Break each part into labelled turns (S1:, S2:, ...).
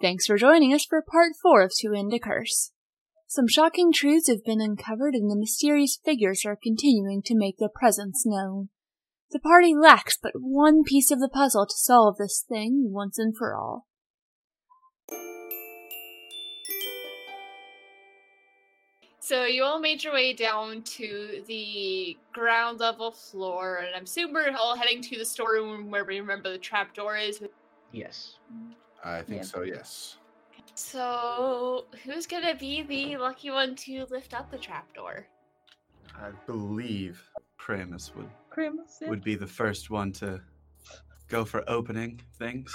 S1: Thanks for joining us for part four of To End a Curse. Some shocking truths have been uncovered, and the mysterious figures are continuing to make their presence known. The party lacks but one piece of the puzzle to solve this thing once and for all.
S2: So you all made your way down to the ground level floor, and I'm assuming we're all heading to the storeroom where we remember the trapdoor is.
S3: Yes.
S4: I think
S2: Yeah.
S4: so, yes.
S2: So who's gonna be the lucky one to lift up the trapdoor?
S4: I believe
S5: Primus would
S3: Primus.
S5: would be the first one to go for opening things.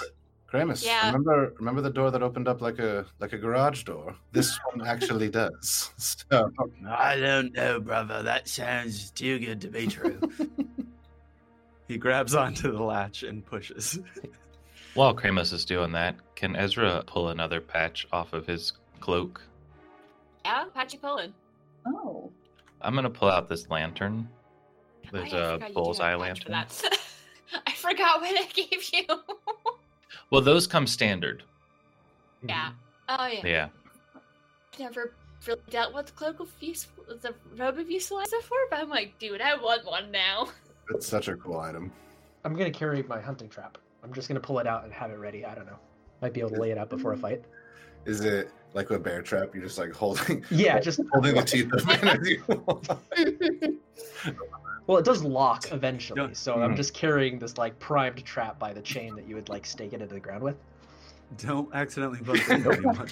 S4: Gramus,
S2: Yeah.
S4: remember remember the door that opened up like a like a garage door? This one actually does. So
S5: I don't know, brother. That sounds too good to be true. he grabs onto the latch and pushes.
S6: While Kramus is doing that, can Ezra pull another patch off of his cloak?
S2: Yeah, Patchy Pullen.
S3: Oh.
S6: I'm gonna pull out this lantern. There's
S2: Oh, yeah, I
S6: a
S2: forgot you do
S6: bullseye
S2: have a patch for
S6: lantern.
S2: that. I forgot what I gave you. Oh,
S6: Well, those come standard.
S2: yeah. Oh yeah.
S6: Yeah.
S2: Never really dealt with the cloak of useful, the robe of useful items before, but I'm like, dude, I want one now.
S4: it's such a cool item.
S7: I'm gonna carry my hunting trap. I'm just gonna pull it out and have it ready. I don't know. Might be able to lay it out before a fight.
S4: Is it like a bear trap? You're just like holding
S7: Yeah, just
S4: holding the teeth open as you hold on.
S7: well, it does lock eventually, so I'm
S4: Mhm.
S7: just carrying this like primed trap by the chain that you would like stake it into the ground with.
S5: Don't accidentally bump into anyone.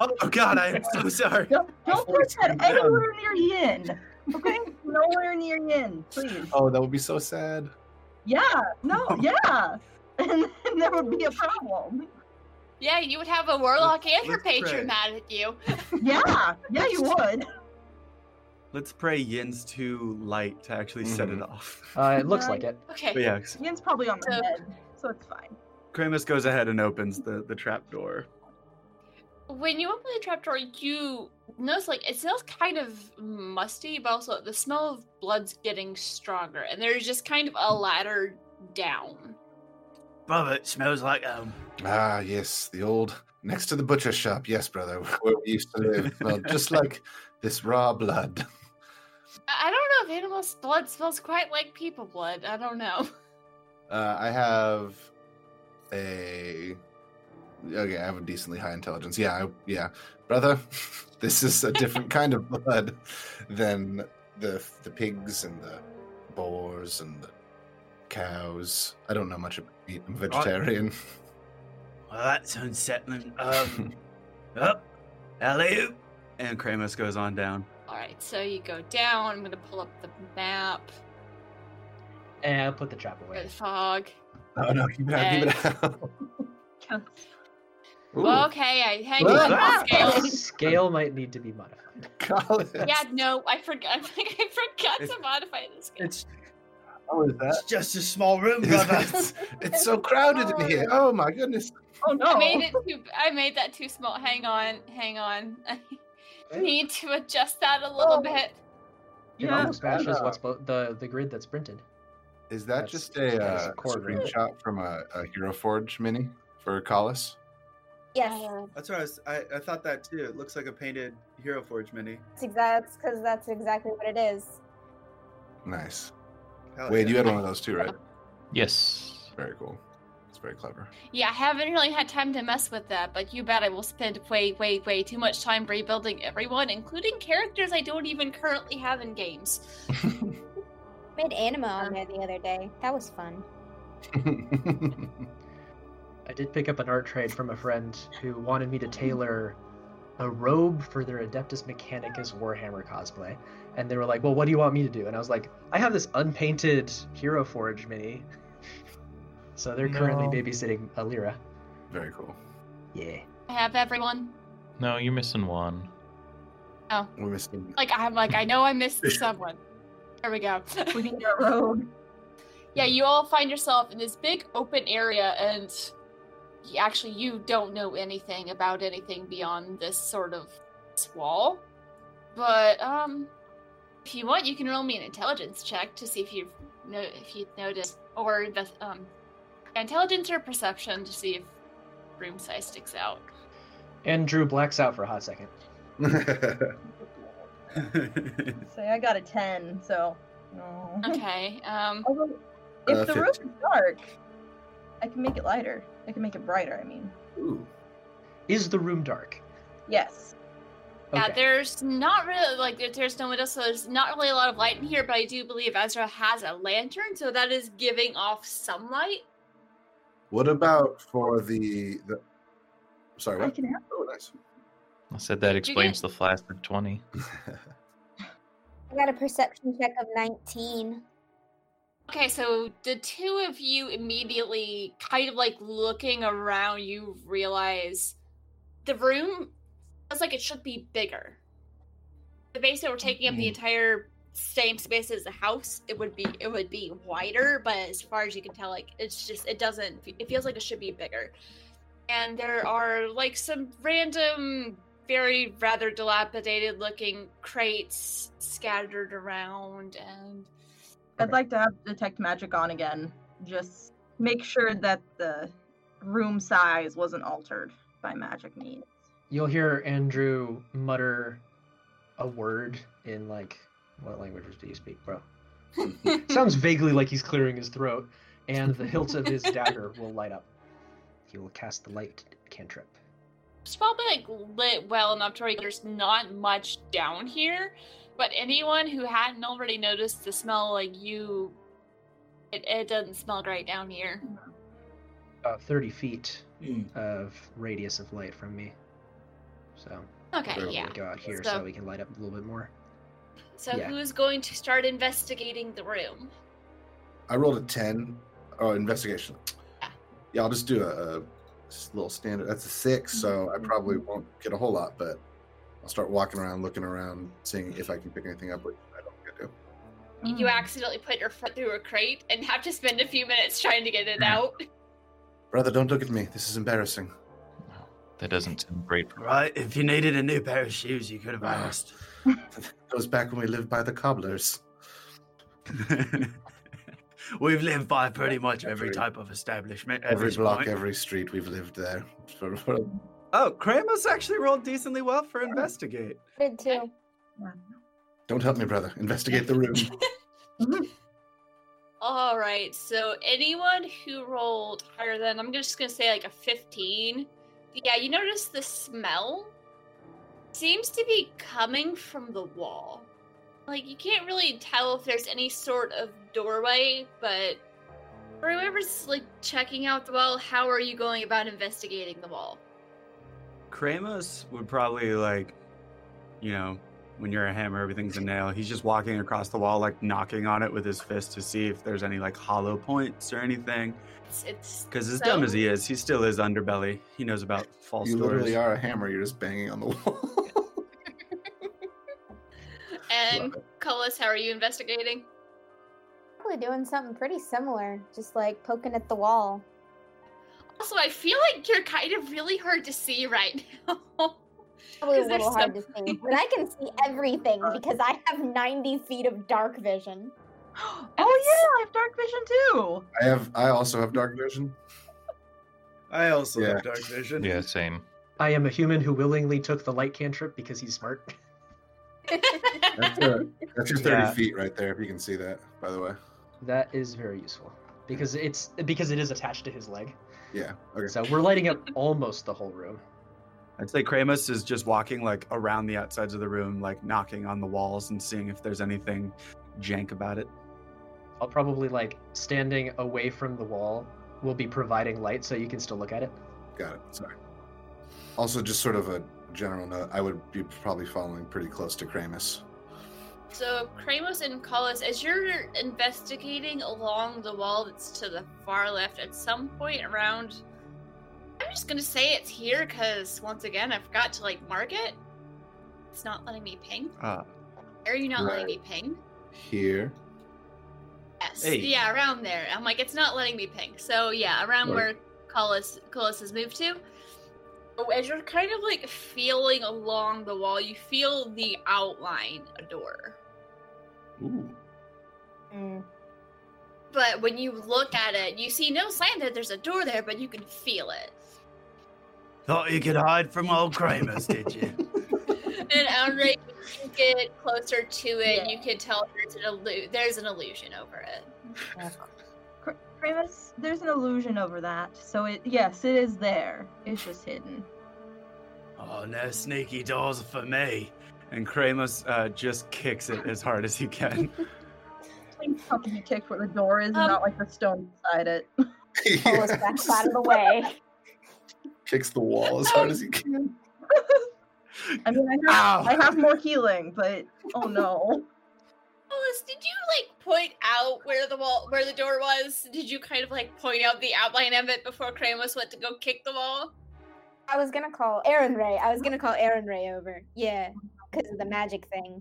S5: oh God, I am so sorry.
S3: Don't, don't put
S4: forced him
S3: that
S4: down.
S3: anywhere near Yin. Okay? Nowhere near Yin, please.
S4: Oh, that would be so sad.
S3: Yeah. No. Yeah. And then there would be a problem.
S2: Yeah, you would have a warlock and her
S5: let's pray.
S2: patron mad at you.
S3: Yeah. Yeah, you would.
S5: Let's pray Yin's too light to actually set it
S4: Mhm.
S5: off.
S7: Uh, it looks like it.
S2: Okay.
S5: But yeah,
S3: Yin's probably on my
S2: So-
S3: head, so it's fine.
S5: Kramus goes ahead and opens the, the trap door.
S2: When you open the trapdoor, you notice like it smells kind of musty, but also the smell of blood's getting stronger, and there's just kind of a ladder down.
S5: Brother, it smells like um.
S4: Ah, yes, the old next to the butcher shop. Yes, brother, where we used to live. Well, just like this raw blood.
S2: I I don't know if animals' blood smells quite like people blood. I don't know.
S4: Uh, I have a okay. I have a decently high intelligence. Yeah, I, yeah, brother. This is a different kind of blood than the the pigs and the boars and the cows. I don't know much about meat. I'm vegetarian.
S5: Well, that's unsettling. Um, up, hello. And Kramus goes on down.
S2: All right, so you go down. I'm gonna pull up the map
S7: And I'll put the trap
S2: or
S7: away.
S2: the fog.
S4: Oh no, keep it out, keep it out. Ooh,
S2: Well, okay, I hang
S4: Ooh.
S2: on the
S4: Ah!
S2: scale.
S7: Scale might need to be modified.
S4: Colin.
S2: Yeah, no, I forgot. I'm like, I forgot
S5: It's-
S2: to modify the scale.
S5: It's,
S4: How is that?
S5: it's just a small room, brother.
S4: it's, it's so crowded in here. Oh my goodness.
S3: Oh no.
S2: I made it too. I made that too small. Hang on, hang on. I need to adjust that a little
S3: Oh.
S2: bit.
S7: It
S3: Yeah.
S7: almost matches what's bo- the the grid that's printed.
S4: Is that
S7: That's-
S4: just a
S7: that is
S4: uh,
S7: a cord, right?
S4: screenshot from a, a Hero Forge mini for Collis?
S8: Yes,
S2: Uh,
S9: That's what I was. I, I thought that too. It looks like a painted Hero Forge mini.
S8: that's ex- that's because that's exactly what it is.
S4: Nice.
S9: Hell
S4: Wade, you
S9: yeah.
S4: had one of those too, right?
S6: Yes.
S4: Very cool. It's very clever.
S2: yeah, I haven't really had time to mess with that, but you bet I will spend way, way, way too much time rebuilding everyone, including characters I don't even currently have in games.
S8: Made anima on there the other day. That was fun.
S7: I did pick up an art trade from a friend who wanted me to tailor a robe for their Adeptus Mechanicus Warhammer cosplay. And they were like, Well, what do you want me to do? And I was like, I have this unpainted Hero Forge mini. So they're currently
S5: No.
S7: babysitting Alira.
S4: very cool.
S7: Yeah.
S2: I have everyone.
S6: No, you're missing one.
S4: We're missing.
S2: Like I'm like I know I missed someone. There we go.
S3: We need a road.
S2: yeah, you all find yourself in this big open area, and y- actually, you don't know anything about anything beyond this sort of this wall. But um, if you want, you can roll me an intelligence check to see if you know if you notice, or the um, intelligence or perception to see if Room size sticks out.
S7: And Drew blacks out for a hot second.
S3: Say I got a ten, so. no.
S2: Okay. Um.
S3: Although, if
S4: Uh,
S3: the room is dark, I can make it lighter. I can make it brighter. I mean,
S4: Ooh.
S7: Is the room dark?
S3: yes.
S2: Yeah,
S7: Okay.
S2: there's not really like there- there's no window, so there's not really a lot of light in here. But I do believe Ezra has a lantern, so that is giving off some light.
S4: What about for the the? Sorry,
S3: I
S4: what?
S3: can have
S4: Oh, nice.
S6: I said that explains the flaccid 20.
S8: I got a perception check of 19.
S2: Okay, so the two of you immediately, kind of like looking around, you realize the room feels like it should be bigger. The base that we're taking up the
S4: Mhm.
S2: entire same space as the house, it would be it would be wider, but as far as you can tell, like it's just it doesn't. It feels like it should be bigger. And there are like some random, very rather dilapidated looking crates scattered around, and
S3: I'd like to have detect magic on again. Just make sure that the room size wasn't altered by magic means.
S7: You'll hear Andrew mutter a word in like what languages do you speak, bro? Sounds vaguely like he's clearing his throat, and the hilt of his dagger will light up. He will cast the light cantrip.
S2: It's probably like lit well enough to where there's not much down here, but anyone who hadn't already noticed the smell, like you, it, it doesn't smell great down here.
S7: Uh, Thirty feet
S9: Hmm.
S7: of radius of light from me. So
S2: Okay,
S7: we'll
S2: Uh, yeah.
S7: go out here so
S2: So-
S7: we can light up a little bit more.
S2: So
S7: Yeah.
S2: who's going to start investigating the room?
S4: I rolled a ten. Oh, investigation.
S2: Yeah.
S4: Yeah, I'll just do a, a s- little standard. That's a six, so I probably won't get a whole lot, but I'll start walking around, looking around, seeing if I can pick anything up. Which I don't think I do.
S2: You
S3: Mm.
S2: accidentally put your foot through a crate and have to spend a few minutes trying to get it out.
S4: Brother, don't look at me. This is embarrassing.
S6: That doesn't sound great. for-
S5: Right? If you needed a new pair of shoes, you could have
S4: Ah.
S5: asked.
S4: Goes back when we lived by the cobblers.
S5: We've lived by pretty much every
S4: Every-
S5: type of establishment. at
S4: Every
S5: this
S4: block,
S5: point.
S4: every street, we've lived there. For, for
S5: Oh, Kramos actually rolled decently well for investigate.
S8: I did too.
S4: Don't help me, brother. Investigate the room.
S2: All right, so anyone who rolled higher than, I'm just going to say like a 15. Yeah, you notice the smell seems to be coming from the wall. Like, you can't really tell if there's any sort of doorway, but for whoever's like checking out the wall, how are you going about investigating the wall?
S5: Kramos would probably like, you know, when you're a hammer, everything's a nail. He's just walking across the wall, like knocking on it with his fist to see if there's any like hollow points or anything.
S2: It's, it's
S5: Because as dumb as
S2: so-
S5: he is, he still is underbelly. He knows about false
S4: you literally
S5: doors.
S4: are a hammer. You're just banging on the wall.
S2: And Cullis, how are you investigating?
S8: Probably doing something pretty similar, just like poking at the wall.
S2: Also, I feel like you're kind of really hard to see right now.
S8: Probably a
S2: 'Cause there's
S8: little hard to see, but I can see everything because I have 90 feet of dark vision.
S3: oh yeah, I have dark vision too.
S4: I have. I also have dark vision.
S9: I also
S4: Yeah.
S9: have dark vision.
S6: Yeah, same.
S7: I am a human who willingly took the light cantrip because he's smart.
S4: That's, uh, that's your thirty
S5: Yeah.
S4: feet right there. If you can see that, by the way.
S7: That is very useful because it's because it is attached to his leg.
S4: Yeah. Okay.
S7: So we're lighting up almost the whole room.
S5: I'd say Kramos is just walking like around the outsides of the room, like knocking on the walls and seeing if there's anything jank about it.
S7: I'll probably like standing away from the wall will be providing light so you can still look at it.
S4: Got it. Sorry. Also, just sort of a general note, I would be probably following pretty close to Kramus.
S2: So Kramos and Collis, as you're investigating along the wall that's to the far left, at some point around, I'm just gonna say it's here because once again I forgot to like mark it. It's not letting me ping.
S5: Uh,
S2: Are you not letting me
S4: Right.
S2: ping?
S4: Here.
S2: Yes.
S5: Hey.
S2: Yeah, around there. I'm like, it's not letting me ping. So yeah, around where Collis Collis has moved to. So As you're kind of like feeling along the wall, you feel the outline a door.
S5: ooh.
S8: Mm.
S2: But when you look at it, you see no sign that there's a door there, but you can feel it.
S5: Thought you could hide from old Kramer's, did you?
S2: And Andre, if you get closer to it, you can tell there's an illu- there's an illusion over it.
S3: Primus, there's an illusion over that. So it yes, it is there. It's just hidden.
S5: Oh, no sneaky doors for me. And Kramus uh, just kicks it as hard as he can.
S3: Please help me kick where the door is, and
S2: Um,
S3: not like the stone beside it.
S8: Pull us back out of the way.
S4: Kicks the wall as hard as he can.
S3: I mean, I have, I have more healing, but oh no.
S2: Alice, did you like point out where the wall, where the door was? Did you kind of like point out the outline of it before Kramus went to go kick the wall?
S8: I was gonna call Aaron Ray. I was gonna call Aaron Ray over. Yeah, because of the magic thing.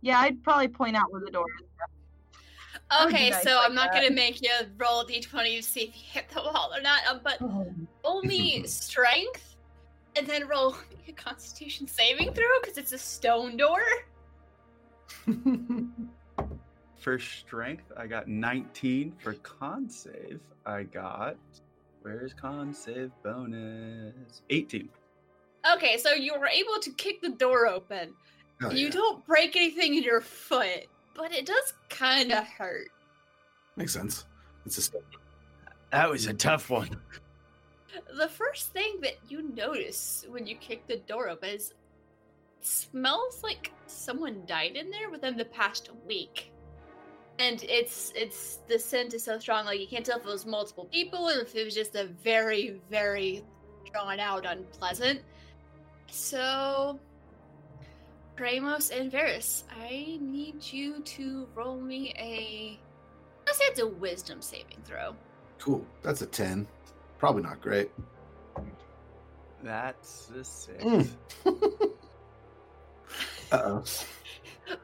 S3: Yeah, I'd probably point out where the door is. That would be
S2: Okay,
S3: nice
S2: so
S3: like
S2: I'm not
S3: that.
S2: gonna make you roll a d20 to see if you hit the wall or not, um, but only strength, and then roll a Constitution saving throw because it's a stone door.
S5: For strength, I got 19. For con save, I got. Where's con save bonus? 18.
S2: Okay, so you were able to kick the door open.
S4: Hell
S2: you
S4: Oh, yeah.
S2: don't break anything in your foot, but it does kind of hurt.
S4: Makes sense. It's a step.
S5: That was a tough one.
S2: The first thing that you notice when you kick the door open is it smells like someone died in there within the past week. And it's it's the scent is so strong, like you can't tell if it was multiple people or if it was just a very, very drawn out unpleasant. So Gramos and Varus, I need you to roll me a I say it's a wisdom saving throw.
S4: Cool. That's a 10. Probably not great.
S5: That's a six.
S4: Mm. Uh oh.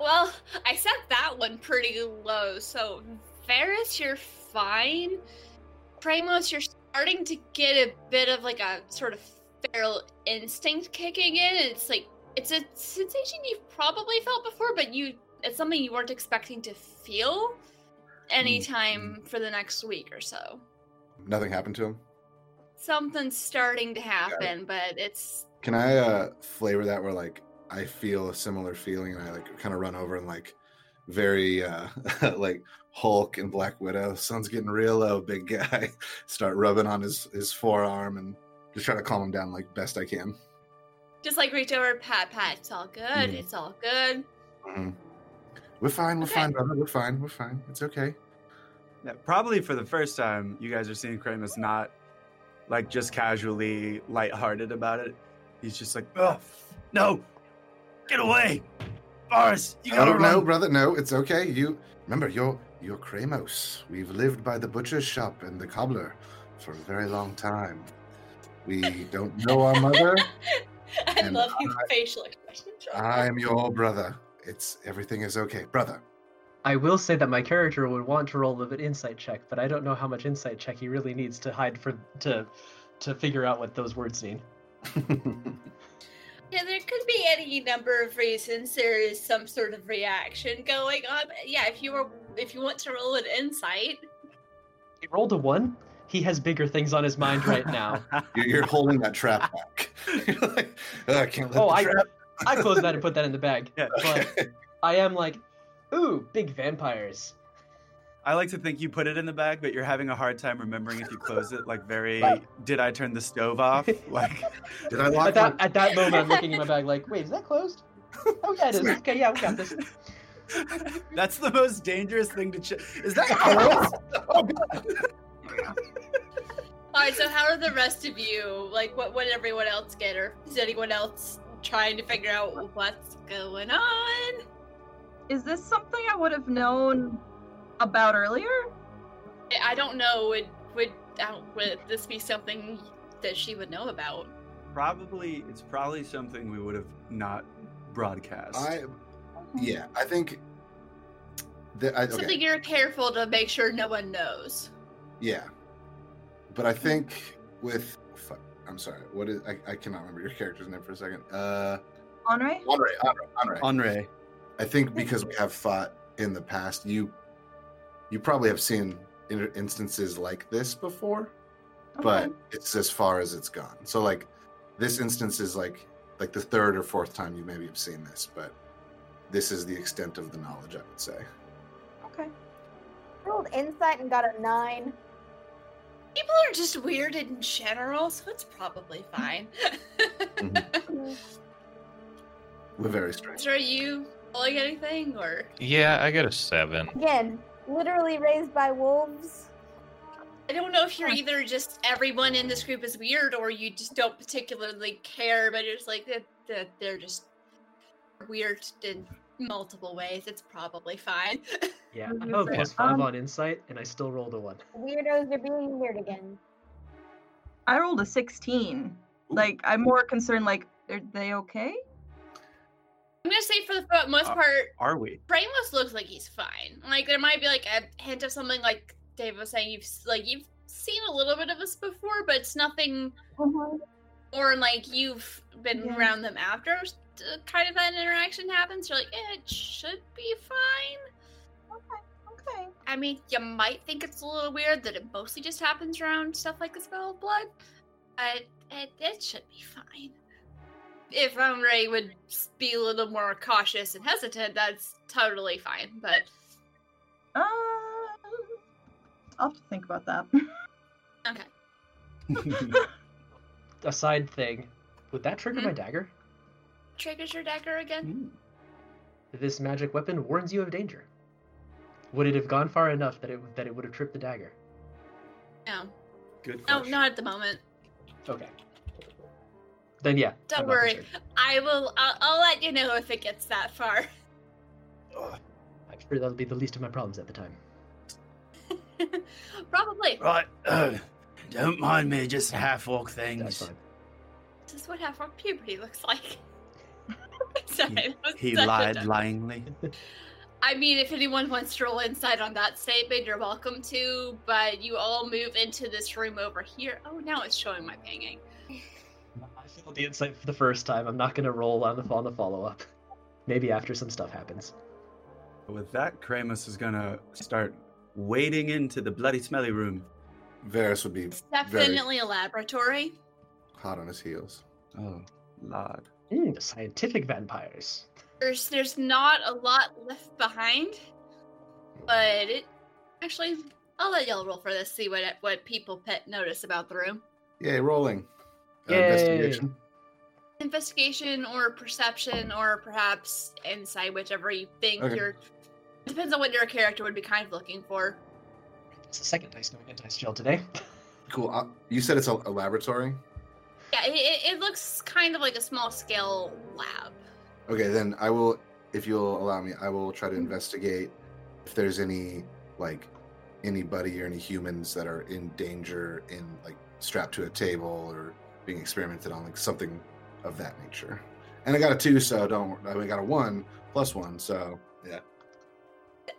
S2: Well, I set that one pretty low, so Varus, you're fine. Primos, you're starting to get a bit of like a sort of feral instinct kicking in. and It's like it's a sensation you've probably felt before, but you it's something you weren't expecting to feel anytime for the next week or so.
S4: Nothing happened to him.
S2: Something's starting to happen, but it's
S4: Can I uh flavor that where like I feel a similar feeling and I like kind of run over and like very uh like Hulk and Black Widow, sun's getting real low, big guy. Start rubbing on his his forearm and just try to calm him down like best I can.
S2: just like reach over, pat, pat. It's all good.
S4: Mhm.
S2: It's all good.
S4: Mhm. We're fine, we're
S2: Okay.
S4: fine, brother. We're fine, we're fine. It's okay.
S5: Yeah, probably for the first time, you guys are seeing Kramus not like just casually lighthearted about it. He's just like, oh, no, get away, Boris, you gotta
S4: No, Oh, no,
S5: run.
S4: brother, no, it's okay. You remember you're you're Kramos. We've lived by the butcher's shop and the cobbler for a very long time. We don't know our mother.
S2: I
S4: And
S2: love your facial expressions.
S4: I'm your brother. It's everything is okay, brother.
S7: I will say that my character would want to roll an insight check, but I don't know how much insight check he really needs to hide for to to figure out what those words mean.
S2: Yeah, there could be any number of reasons there is some sort of reaction going on. Yeah, if you were if you want to roll an insight,
S7: He rolled a one. He has bigger things on his mind right now.
S4: You're, you're holding that trap back. You're like, "Oh, I can't let
S7: Oh,
S4: the
S7: I-
S4: trap.
S7: I closed that and put that in the bag.
S5: Yeah.
S7: But I am like, ooh, big vampires.
S5: I like to think you put it in the bag, but you're having a hard time remembering if you close it. Like, very, did I turn the stove off? Like,
S4: Did I lock
S7: At that
S4: my-
S7: at that moment, I'm looking in my bag like, wait, is that closed? Oh yeah, it is. Okay, yeah, we got this.
S5: that's the most dangerous thing to check. Is that closed?
S2: all right. So how are the rest of you? Like, what what did everyone else get, or is anyone else trying to figure out what's going on?
S3: Is this something I would have known about earlier?
S2: I- I don't know. Would would I don't- would this be something that she would know about?
S5: probably, it's probably something we would have not broadcast.
S4: I, yeah, I think. That, I, okay.
S2: Something you're careful to make sure no one knows.
S4: Yeah, but I think with. Fuck, I'm sorry. What is? I, I cannot remember your character's name for a second. Uh,
S3: Andre?
S4: Andre, Andre, Andre.
S5: Andre,
S4: I think because we have fought in the past, you you probably have seen in- instances like this before, but
S3: Okay.
S4: it's as far as it's gone. So like This instance is like like the third or fourth time you maybe have seen this, but this is the extent of the knowledge I would say.
S3: Okay.
S8: Rolled insight and got a nine.
S2: People are just weird in general, so it's probably fine.
S4: We're very strange.
S2: So are you pulling anything or
S6: Yeah, I got a seven.
S8: Again, literally raised by wolves.
S2: I don't know if you're either just everyone in this group is weird or you just don't particularly care, but it's like that that they're just weird in multiple ways. It's probably fine.
S7: Yeah,
S3: Mhm.
S7: I have a
S3: Yeah.
S7: plus five
S3: Um,
S7: on insight, and I still rolled a one.
S8: Weirdos are being weird again.
S3: I rolled a 16. Like, I'm more concerned, like, are they okay?
S2: I'm gonna say for the fo- most
S5: Uh,
S2: part,
S5: Are we?
S2: Ramos looks like he's fine. Like there might be like a hint of something like Dave was saying. You've s- like you've seen a little bit of this before, but it's nothing
S3: Mm-hmm.
S2: or like you've been
S3: Yeah.
S2: around them after s- t- kind of an interaction happens. You're like, "Eh, it should be fine.
S3: Okay.
S2: I mean, you might think it's a little weird that it mostly just happens around stuff like the Spell of Blood. Uh, it, it should be fine. If Amre would s- be a little more cautious and hesitant, that's totally fine. But
S3: Uh, I'll have to think about that.
S2: okay.
S5: Hmm,
S7: A side thing. Would that trigger my
S2: Mhm.
S7: dagger?
S2: triggers your dagger again?
S7: This magic weapon warns you of danger. Would it have gone far enough that it that it would have tripped the dagger?
S2: No.
S9: Good
S2: No,
S9: question.
S2: not at the moment.
S7: Okay. Then yeah.
S2: Don't
S7: I'm not
S2: worry.
S7: concerned.
S2: I will. I'll, I'll let you know if it gets that far.
S7: I'm sure that'll be the least of my problems at the time.
S2: Probably.
S5: Right. don't mind me, just half walk
S7: That's
S5: things.
S7: fine.
S2: This is what half rock puberty looks like. Sorry, that was
S5: He
S2: such a
S5: lied
S2: dumb-
S5: lyingly.
S2: I mean, if anyone wants to roll insight on that statement, you're welcome to. But you all move into this room over here. Oh, now it's showing my pinging.
S7: I failed the insight for the first time. I'm not gonna roll on the on the follow up. Maybe after some stuff happens.
S5: With that, Kramus is gonna start wading into the bloody smelly room.
S4: Varus would be
S2: It's definitely a laboratory.
S4: hot on his heels.
S5: Oh, lord.
S7: Mm, scientific vampires.
S2: There's there's not a lot left behind, but it actually I'll let y'all roll for this. See what what people pet notice about the room.
S4: Yay, rolling. Uh,
S7: Yay.
S4: investigation.
S2: Investigation or perception or perhaps insight, whichever you think
S4: Okay.
S2: you're. It depends on what your character would be kind of looking for.
S7: It's the second dice going into dice jail today.
S4: Cool. Uh, you said it's a, a laboratory.
S2: Yeah, it, it, it looks kind of like a small scale lab.
S4: Okay, then I will, if you'll allow me, I will try to investigate if there's any like anybody or any humans that are in danger in like strapped to a table or being experimented on, like something of that nature. And I got a two, so don't. I mean, I got a one plus one, so yeah,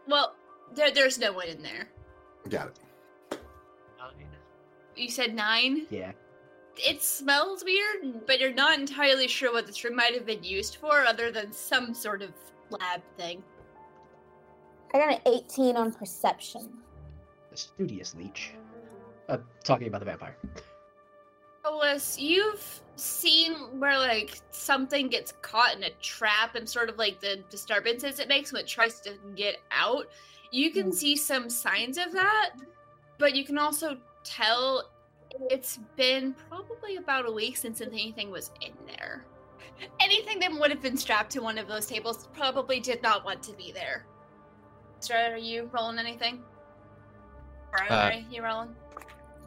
S2: Well, there, there's no one in there.
S4: got it.
S2: You said nine.
S7: yeah.
S2: It smells weird, but you're not entirely sure what this room might have been used for, other than some sort of lab thing.
S8: I got an 18 on perception.
S7: The studious leech. Uh, talking about the vampire.
S2: Ellis, you've seen where like something gets caught in a trap and sort of like the disturbances it makes when it tries to get out. You can see some signs of that, but you can also tell it's been probably about a week since anything was in there. Anything that would have been strapped to one of those tables probably did not want to be there. Stra, are you rolling anything? Or
S6: Uh,
S2: Andre, you rolling?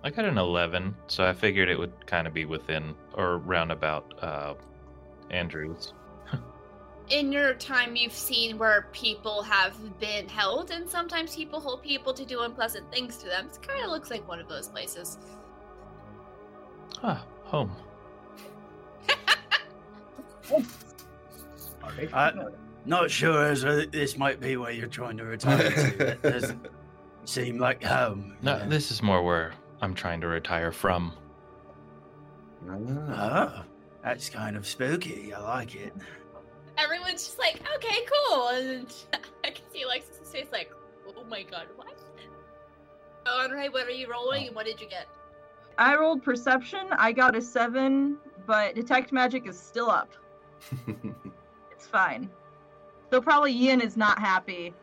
S6: I got an 11, so I figured it would kind of be within or roundabout uh, Andrew's.
S2: in your time you've seen where people have been held and sometimes people hold people to do unpleasant things to them it kind of looks like one of those places
S6: Ah, home.
S7: Alright.
S5: Uh, Not sure, Ezra. that This might be where you're trying to retire to. It doesn't seem like home.
S6: No,
S5: Yeah.
S6: this is more where I'm trying to retire from.
S4: Ah.
S5: Oh, that's kind of spooky. I like it.
S2: everyone's just like okay cool and i can see alexis's face like oh my god what oh andre what are you rolling and what did you get
S3: I rolled perception. I got a seven. but detect magic is still up. It's fine. Though probably Yin is not happy.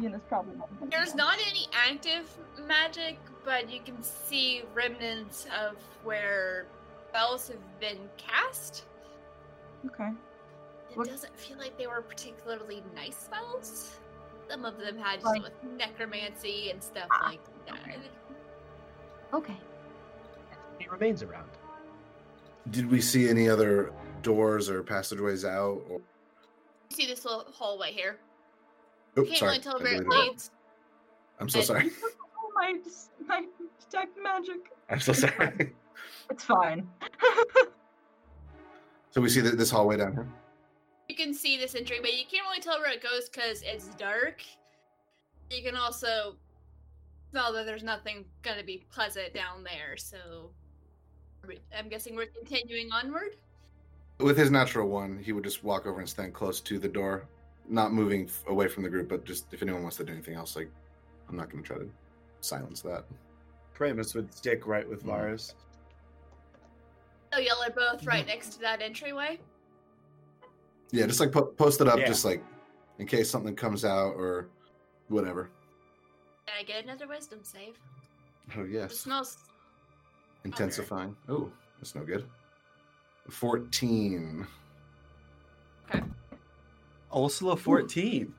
S3: Yin is probably not. happy.
S2: There's not any active magic, but you can see remnants of where spells have been cast.
S3: Okay.
S2: It
S3: What-
S2: doesn't feel like they were particularly nice spells. Some of them had
S3: Like-
S2: some with necromancy and stuff
S3: Ah,
S2: like that.
S3: Okay.
S7: He remains around.
S4: Did we see any other doors or passageways out? Or...
S2: You see this little hallway here.
S4: Oh,
S2: Can't
S4: sorry.
S2: really tell
S4: I
S2: where it
S4: deleted it.
S2: leads.
S4: I'm so sorry.
S3: Oh my, my detect magic.
S4: I'm so sorry.
S3: It's fine.
S4: so we see th- this hallway down here.
S2: You can see this entry, but you can't really tell where it goes because it's dark. You can also smell that there's nothing going to be pleasant down there, so we- I'm guessing we're continuing onward.
S4: With his natural one, he would just walk over and stand close to the door, not moving f- away from the group, but just if anyone wants to do anything else, like I'm not going to try to silence that.
S5: Kramus would stick right with
S4: Mhm.
S5: Varus.
S2: So Oh, y'all are both
S4: Mm-hmm.
S2: right next to that entryway.
S4: Yeah, just like po- post it up,
S5: Yeah.
S4: just like in case something comes out or whatever.
S2: Can I get another wisdom save?
S4: Oh
S2: It
S4: yes,
S2: smells.
S4: intensifying. Oh, that's no good. Fourteen.
S5: Ursula 14.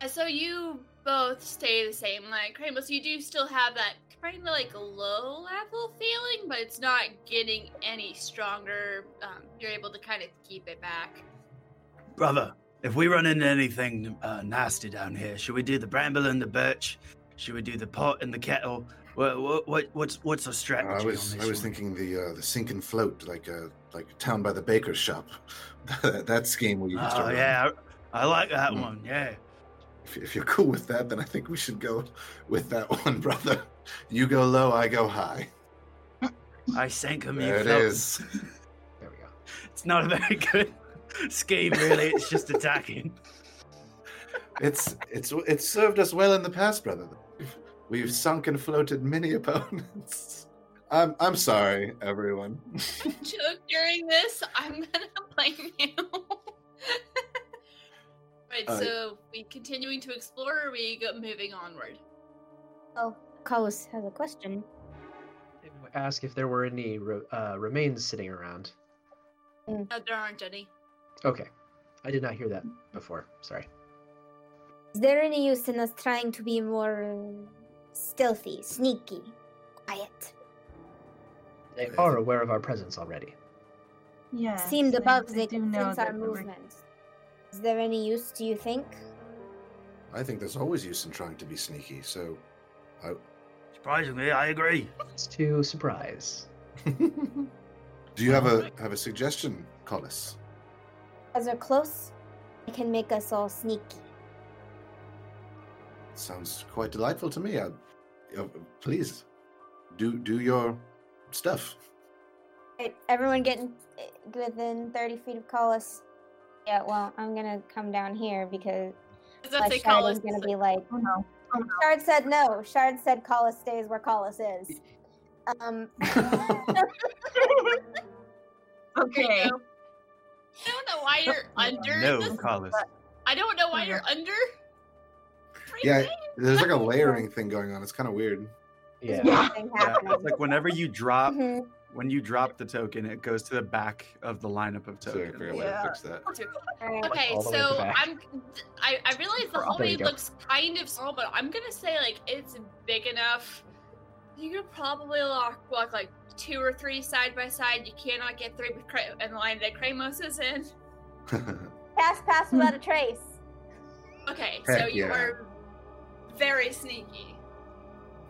S2: And So you both stay the same, like Kramus. You do still have that kind of like low level feeling, but it's not getting any stronger. Um, you're able to kind of keep it back.
S5: Brother, if we run into anything uh, nasty down here, should we do the bramble and the birch? Should we do the pot and the kettle? What, what, what what's what's the strategy?
S4: I was
S5: on
S4: I
S5: this one?
S4: was thinking the uh, the sink and float, like a like town by the baker's shop. that, that scheme we used to
S5: Oh
S4: run.
S5: yeah, I, I like that
S4: Mm.
S5: one. Yeah,
S4: If, if you're cool with that, then I think we should go with that one, brother. You go low, I go high.
S5: I sank him.
S4: There
S5: you
S4: it
S5: felt-
S4: is.
S7: There we go.
S5: It's not a very good scheme, really. It's just attacking.
S4: It's it's it's served us well in the past, brother. We've sunk and floated many opponents. I'm I'm sorry, everyone.
S2: Joke during this, I'm gonna blame you. right,
S4: Uh,
S2: so we continuing to explore, or we go moving onward?
S8: Oh, Carlos has a question.
S7: Ask if there were any re- uh, remains sitting around.
S2: No, Uh, there aren't any.
S7: Okay, I did not hear that before. Sorry.
S8: Is there any use in us trying to be more uh, stealthy, sneaky, quiet?
S7: They
S4: Okay.
S7: are aware of our presence already.
S3: Yeah.
S8: Seemed above
S3: they
S8: they
S3: do
S8: could
S3: know
S8: sense our
S3: that we're-
S8: movements. Is there any use, do you think?
S4: I think there's always use in trying to be sneaky. So, uh, I,
S5: Surprisingly, I agree.
S7: It's to surprise.
S4: do you have a have a suggestion, Collis?
S8: As we're close, it can make us all sneaky.
S4: Sounds quite delightful to me. I, uh, please, do do your stuff.
S8: Right, everyone getting eh, within 30 feet of Collis. Yeah, well, I'm gonna come down here because
S2: As
S8: my
S2: if they
S8: shard
S2: call
S8: is
S2: us,
S8: gonna be like.
S3: Oh no. Oh no.
S8: Shard said no. Shard said Collis stays where Collis is. Um,
S2: There
S3: Okay.
S2: you go. I don't know why you're under.
S5: No,
S2: this-
S5: Collis.
S2: I don't know why you're under.
S4: Yeah,
S2: Freaking-
S4: there's like a layering thing going on. It's kind of weird.
S7: Yeah.
S3: Yeah.
S8: Thing
S5: Yeah,
S8: happening.
S5: it's like uh, whenever you drop
S8: Mhm.
S5: when you drop the token, it goes to the back of the lineup of
S4: Sorry, I forgot
S5: tokens.
S4: where to
S3: Yeah.
S4: fix that.
S8: Alright.
S2: Okay,
S7: all the way at the
S2: so
S7: back.
S2: I'm. I, I realize the
S7: There
S2: hallway
S7: you go.
S2: looks kind of small, but I'm gonna say like it's big enough. You could probably walk, walk like two or three side by side. You cannot get three with Kra- in the line that Kramos is in.
S8: Pass, pass without a trace.
S2: Okay, so
S4: Heck
S2: you
S4: yeah.
S2: are very sneaky.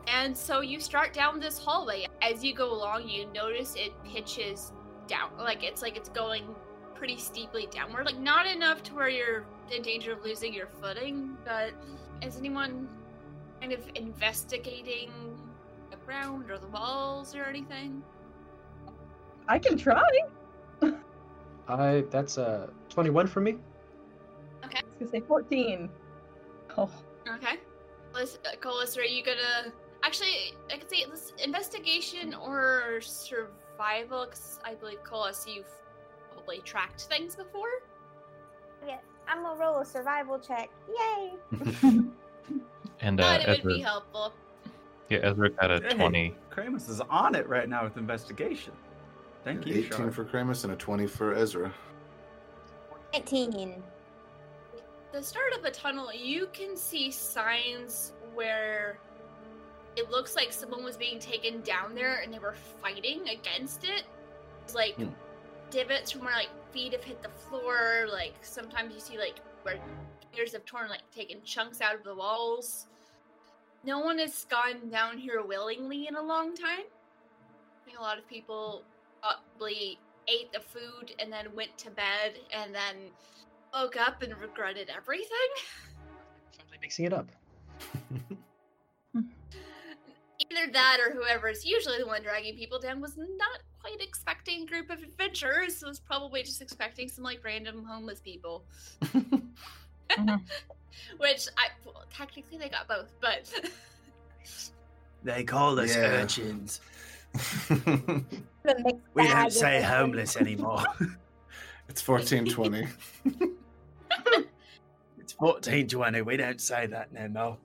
S2: And so you start down this hallway. As you go along, you notice it pitches down. Like it's like it's going pretty steeply downward. Like not enough to where you're in danger of losing your footing, but is anyone kind of investigating the ground or the walls or anything?
S3: I can try.
S7: I that's uh 21 for me.
S3: I was gonna say 14. Oh.
S2: Okay. Let's, uh, Colas, are you gonna actually? I could say this investigation or survival. survival? Because I believe Colas, you've probably tracked things before.
S8: Yeah, I'm gonna roll a survival check. Yay!
S6: And uh,
S2: Thought it would
S6: Ezra,
S2: be helpful.
S6: yeah, Ezra got a
S5: Hey,
S6: twenty.
S5: Kramus is on it right now with investigation. Thank
S4: An
S5: you,
S4: 18
S5: Shar.
S4: for Kramus and a 20 for Ezra.
S8: 19.
S2: the start of the tunnel, you can see signs where it looks like someone was being taken down there and they were fighting against it. It's like
S4: Hmm.
S2: divots from where like feet have hit the floor. Like sometimes you see like where fingers have torn, like taken chunks out of the walls. No one has gone down here willingly in a long time. I think a lot of people probably ate the food and then went to bed and then woke up and regretted everything.
S7: Somebody mixing it up.
S2: Either that or whoever is usually the one dragging people down was not quite expecting a group of adventurers, was probably just expecting some like random homeless people.
S8: Mm-hmm.
S2: Which I well, technically they got both, but
S5: They call
S4: us Yeah.
S5: urchins.
S8: The mixed bag of everything.
S5: anymore.
S4: it's 1420.
S5: it's fourteen twenty. We don't say that no more.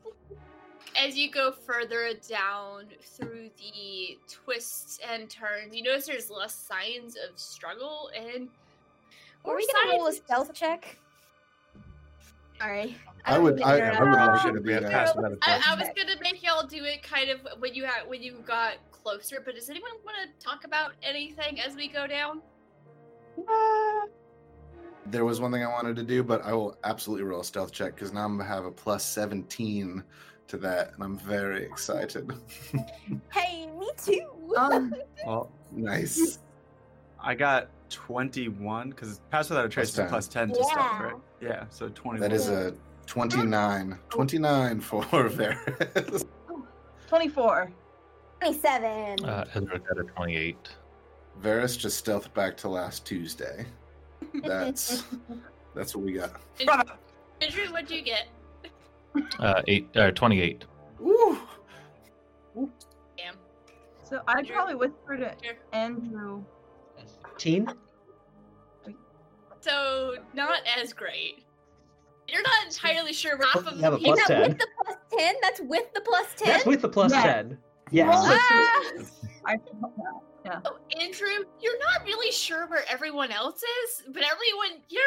S2: as you go further down through the twists and turns, you notice there's less signs of struggle and
S8: Were we
S2: more
S8: gonna roll a
S2: signs-
S8: stealth check? Sorry.
S4: I would,
S8: don't
S4: I,
S8: even
S4: I would
S8: know.
S4: like you to be
S8: Yeah,
S4: at
S8: pass
S4: that.
S8: without a
S2: I, I was
S8: Okay.
S2: gonna make y'all do it kind of when you had when you got closer, but does anyone want to talk about anything as we go down?
S4: There was one thing I wanted to do, but I will absolutely roll a stealth check because now I'm gonna have a plus 17 to that, and I'm very excited.
S8: Um, Hey, me too.
S3: Um,
S5: Well,
S4: nice.
S5: I got twenty-one because pass without a trace is
S4: 10.
S5: plus ten to stuff,
S8: Yeah.
S5: right? Yeah, so twenty-one.
S4: That is a 29. 29 for Varus.
S3: 24.
S8: 27.
S6: Uh, Ezra got a twenty-eight.
S4: Varus just stealthed back to last Tuesday. That's that's what we got.
S2: Andrew, what'd you get?
S6: Uh, eight or twenty-eight.
S4: Woo!
S2: Damn.
S3: So I
S2: Andrew?
S3: probably whispered to
S2: Here.
S3: Andrew.
S7: Teen?
S2: So not as great. You're not entirely sure where half of
S7: You have a
S2: the
S8: Is
S2: people.
S7: plus
S8: that
S7: 10.
S8: with the plus 10? That's with the plus 10?
S7: That's with the plus
S3: Yeah.
S7: 10. Yes.
S3: Roll it.
S2: Ah!
S3: I,
S2: Oh, Andrew, you're not really sure where everyone else is, but everyone, you're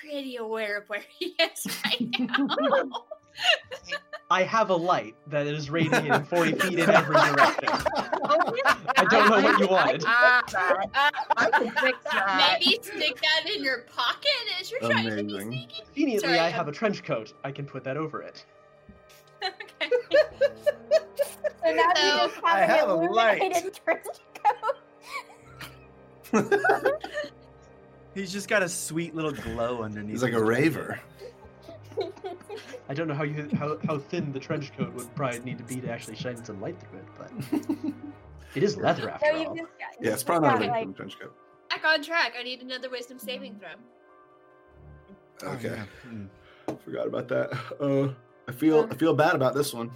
S2: pretty aware of where he is right now.
S7: I have a light that is radiating 40 feet in every direction. I don't know what you wanted.
S3: Oh, I, can fix that.
S2: Uh,
S3: I can fix that.
S2: maybe stick that in your pocket as you're trying to be
S4: Amazing.
S3: uh,
S2: sneaky.
S7: Conveniently,
S2: Sorry,
S7: I
S2: um,
S7: have a trench coat. I can put that over it.
S2: okay.
S8: So now you
S2: No.
S8: just have
S5: I
S8: an
S5: have a light.
S8: illuminated trench coat.
S5: He's just got a sweet little glow underneath.
S4: He's like a
S5: his
S4: raver.
S7: I don't know how you how, how thin the trench coat would probably need to be to actually shine some light through it, but it is leather after
S8: So
S7: all.
S8: you just got,
S4: Yeah, it's
S8: just
S4: probably not a
S8: got,
S4: raver
S8: like,
S4: from trench coat.
S2: Back on track. I need another wisdom saving throw.
S5: Oh,
S4: Okay.
S5: yeah. Hmm.
S4: Forgot about that. Uh, I feel I feel bad about this one.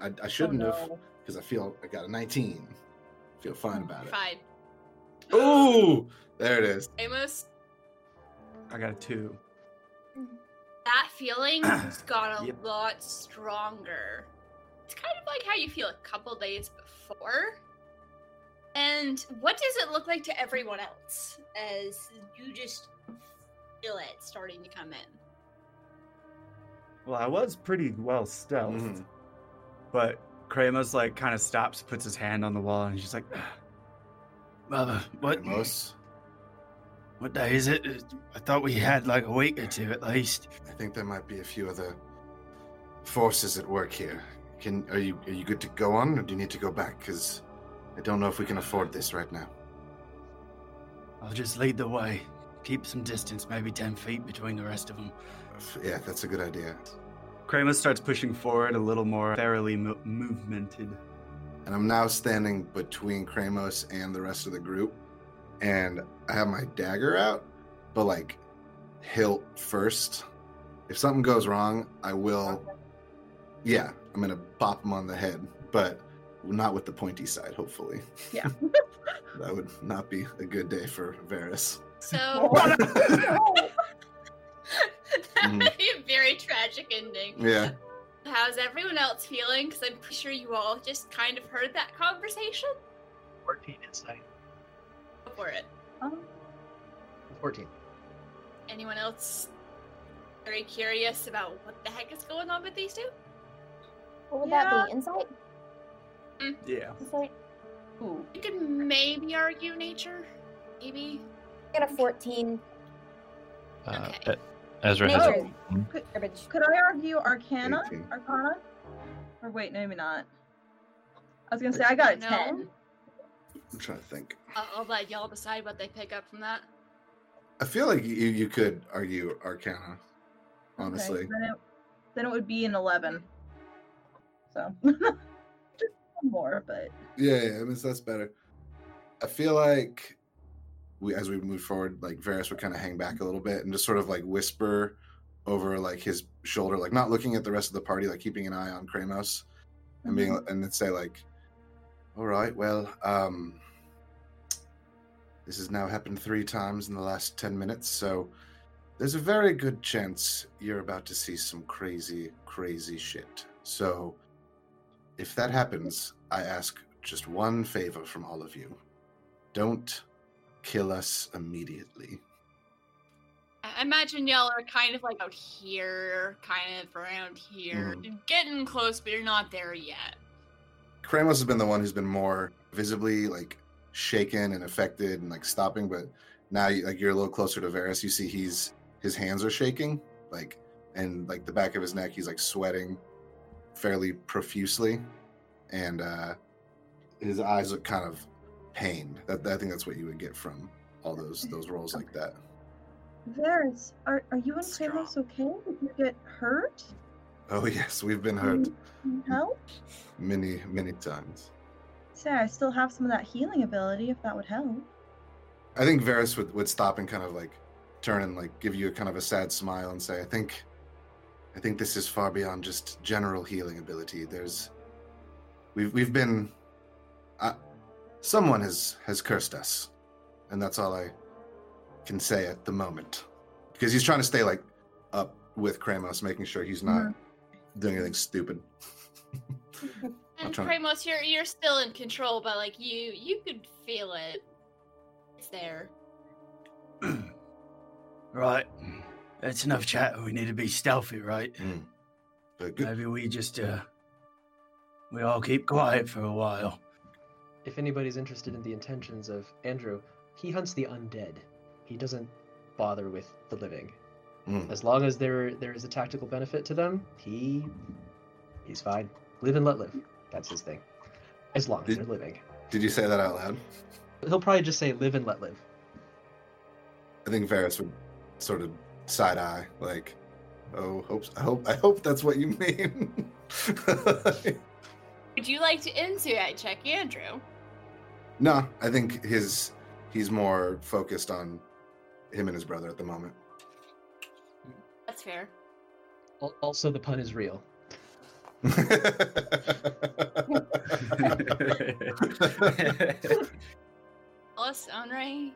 S4: I, I shouldn't
S3: Oh,
S4: have
S3: no.
S4: because I feel I got a 19. Feel fine about it.
S2: Fine.
S4: Ooh, there it is.
S2: Amos,
S5: I got a two.
S2: that feeling has got a
S5: Yep.
S2: lot stronger. It's kind of like how you feel a couple days before. And what does it look like to everyone else as you just feel it starting to come in?
S5: Well, I was pretty well stealthed,
S4: Mhm.
S5: but Kramus like kind of stops, puts his hand on the wall, and he's just like, "Mother, what?
S4: Amos,
S5: What day is it? I thought we had like a week or two at least."
S4: I think there might be a few other forces at work here. Can are you are you good to go on, or do you need to go back? Because I don't know if we can afford this right now.
S5: I'll just lead the way. Keep some distance, maybe ten feet between the rest of them.
S4: Yeah, that's a good idea.
S5: Kramus starts pushing forward a little more thoroughly mo- movemented.
S4: and I'm now standing between Kramos and the rest of the group, and I have my dagger out, but like hilt first. If something goes wrong, I will. Yeah, I'm gonna pop him on the head, but Not with the pointy side, hopefully.
S3: Yeah.
S4: that would not be a good day for Varys.
S2: So that would be a very tragic ending.
S4: yeah.
S2: How's everyone else feeling? Because I'm pretty sure you all just kind of heard that conversation.
S7: 14 insight.
S2: Go for it.
S3: Um,
S7: 14.
S2: Anyone else very curious about what the heck is going on with these two?
S8: What would
S3: Yeah.
S8: that be? Insight?
S5: Yeah.
S8: Insight?
S3: Ooh.
S2: You could maybe argue nature. Maybe.
S8: I got a 14.
S6: Uh,
S2: Okay.
S6: E- Ezra has
S8: Nature.
S6: a Hmm?
S8: Garbage.
S3: Could I argue Arcana?
S4: 18.
S3: Arcana? Or wait, no, maybe not. I was gonna say I got a
S2: No.
S3: Uh, ten.
S4: I'm trying to think.
S2: I'll, I'll let y'all decide what they pick up from that.
S4: I feel like you, you could argue Arcana,
S3: Okay,
S4: honestly.
S3: then, it, then it would be an eleven. So just one more, but
S4: Yeah, yeah, I mean so that's better. I feel like we, as we move forward, like Varys would kind of hang back a little bit and just sort of like whisper over like his shoulder, like not looking at the rest of the party, like keeping an eye on Kramos, and being and then say like, "All right, well, um, this has now happened three times in the last ten minutes, so there's a very good chance you're about to see some crazy, crazy shit. So, if that happens, I ask just one favor from all of you: don't kill us immediately.
S2: I imagine y'all are kind of like out here, kind of around here. You're getting close, but you're not there yet.
S4: Kramos has been the one who's been more visibly like shaken and affected and like stopping, but now you- like you're a little closer to Varys. You see he's his hands are shaking, like and like the back of his neck, he's like sweating fairly profusely, and uh his eyes look kind of pained. That, I think that's what you would get from all those those roles like that.
S3: Varys, are are you and
S5: Strong.
S3: Kratos okay? Did you get hurt?
S4: Oh yes, we've been hurt
S3: Need some help?
S4: many many times.
S3: Say, I still have some of that healing ability if that would help.
S4: I think Varys would, would stop and kind of like turn and like give you a kind of a sad smile and say, I think I think this is far beyond just general healing ability. There's we've we've been uh, someone has has cursed us. And that's all I can say at the moment. Because he's trying to stay like up with Kramos, making sure he's not doing anything stupid. I'm
S2: And
S4: trying-
S2: Kramos, you're you're still in control, but like you you could feel it. It's there.
S10: Right. That's enough chatter. We need to be stealthy, right?
S4: but good.
S10: Maybe we just uh we all keep quiet for a while.
S7: If anybody's interested in the intentions of Andrew, he hunts the undead. He doesn't bother with the living.
S4: Mm.
S7: As long as there there is a tactical benefit to them, he he's fine. Live and let live. That's his thing. As long as
S4: Did-
S7: they're living.
S4: Did you say that out loud?
S7: He'll probably just say live and let live.
S4: I think Varys would sort of side eye, like, "Oh, hope, I hope, I hope that's what you mean."
S2: Would you like to insight check Andrew?
S4: no, I think his he's more focused on him and his brother at the moment.
S2: That's fair.
S7: Al- Also the pun is real.
S2: Plus, Onray.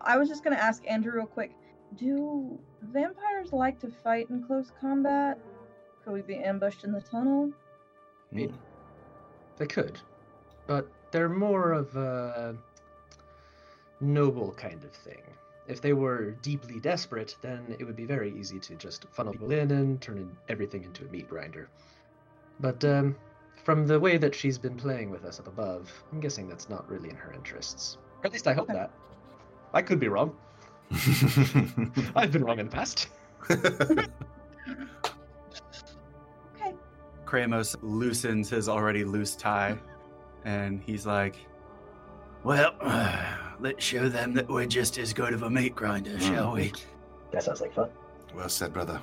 S3: I was just gonna ask Andrew real quick. Do vampires like to fight in close combat? Could we be ambushed in the tunnel?
S7: They could. But they're more of a noble kind of thing. If they were deeply desperate, then it would be very easy to just funnel people in and turn in- everything into a meat grinder. But um, from the way that she's been playing with us up above, I'm guessing that's not really in her interests. Or at least I hope
S3: Okay.
S7: that. I could be wrong. I've been wrong in the past.
S3: Okay.
S5: Kramos loosens his already loose tie and he's like,
S10: Well, let's show them that we're just as good of a meat
S4: Hmm.
S10: grinder, shall we?
S7: That sounds like fun.
S4: well said, brother.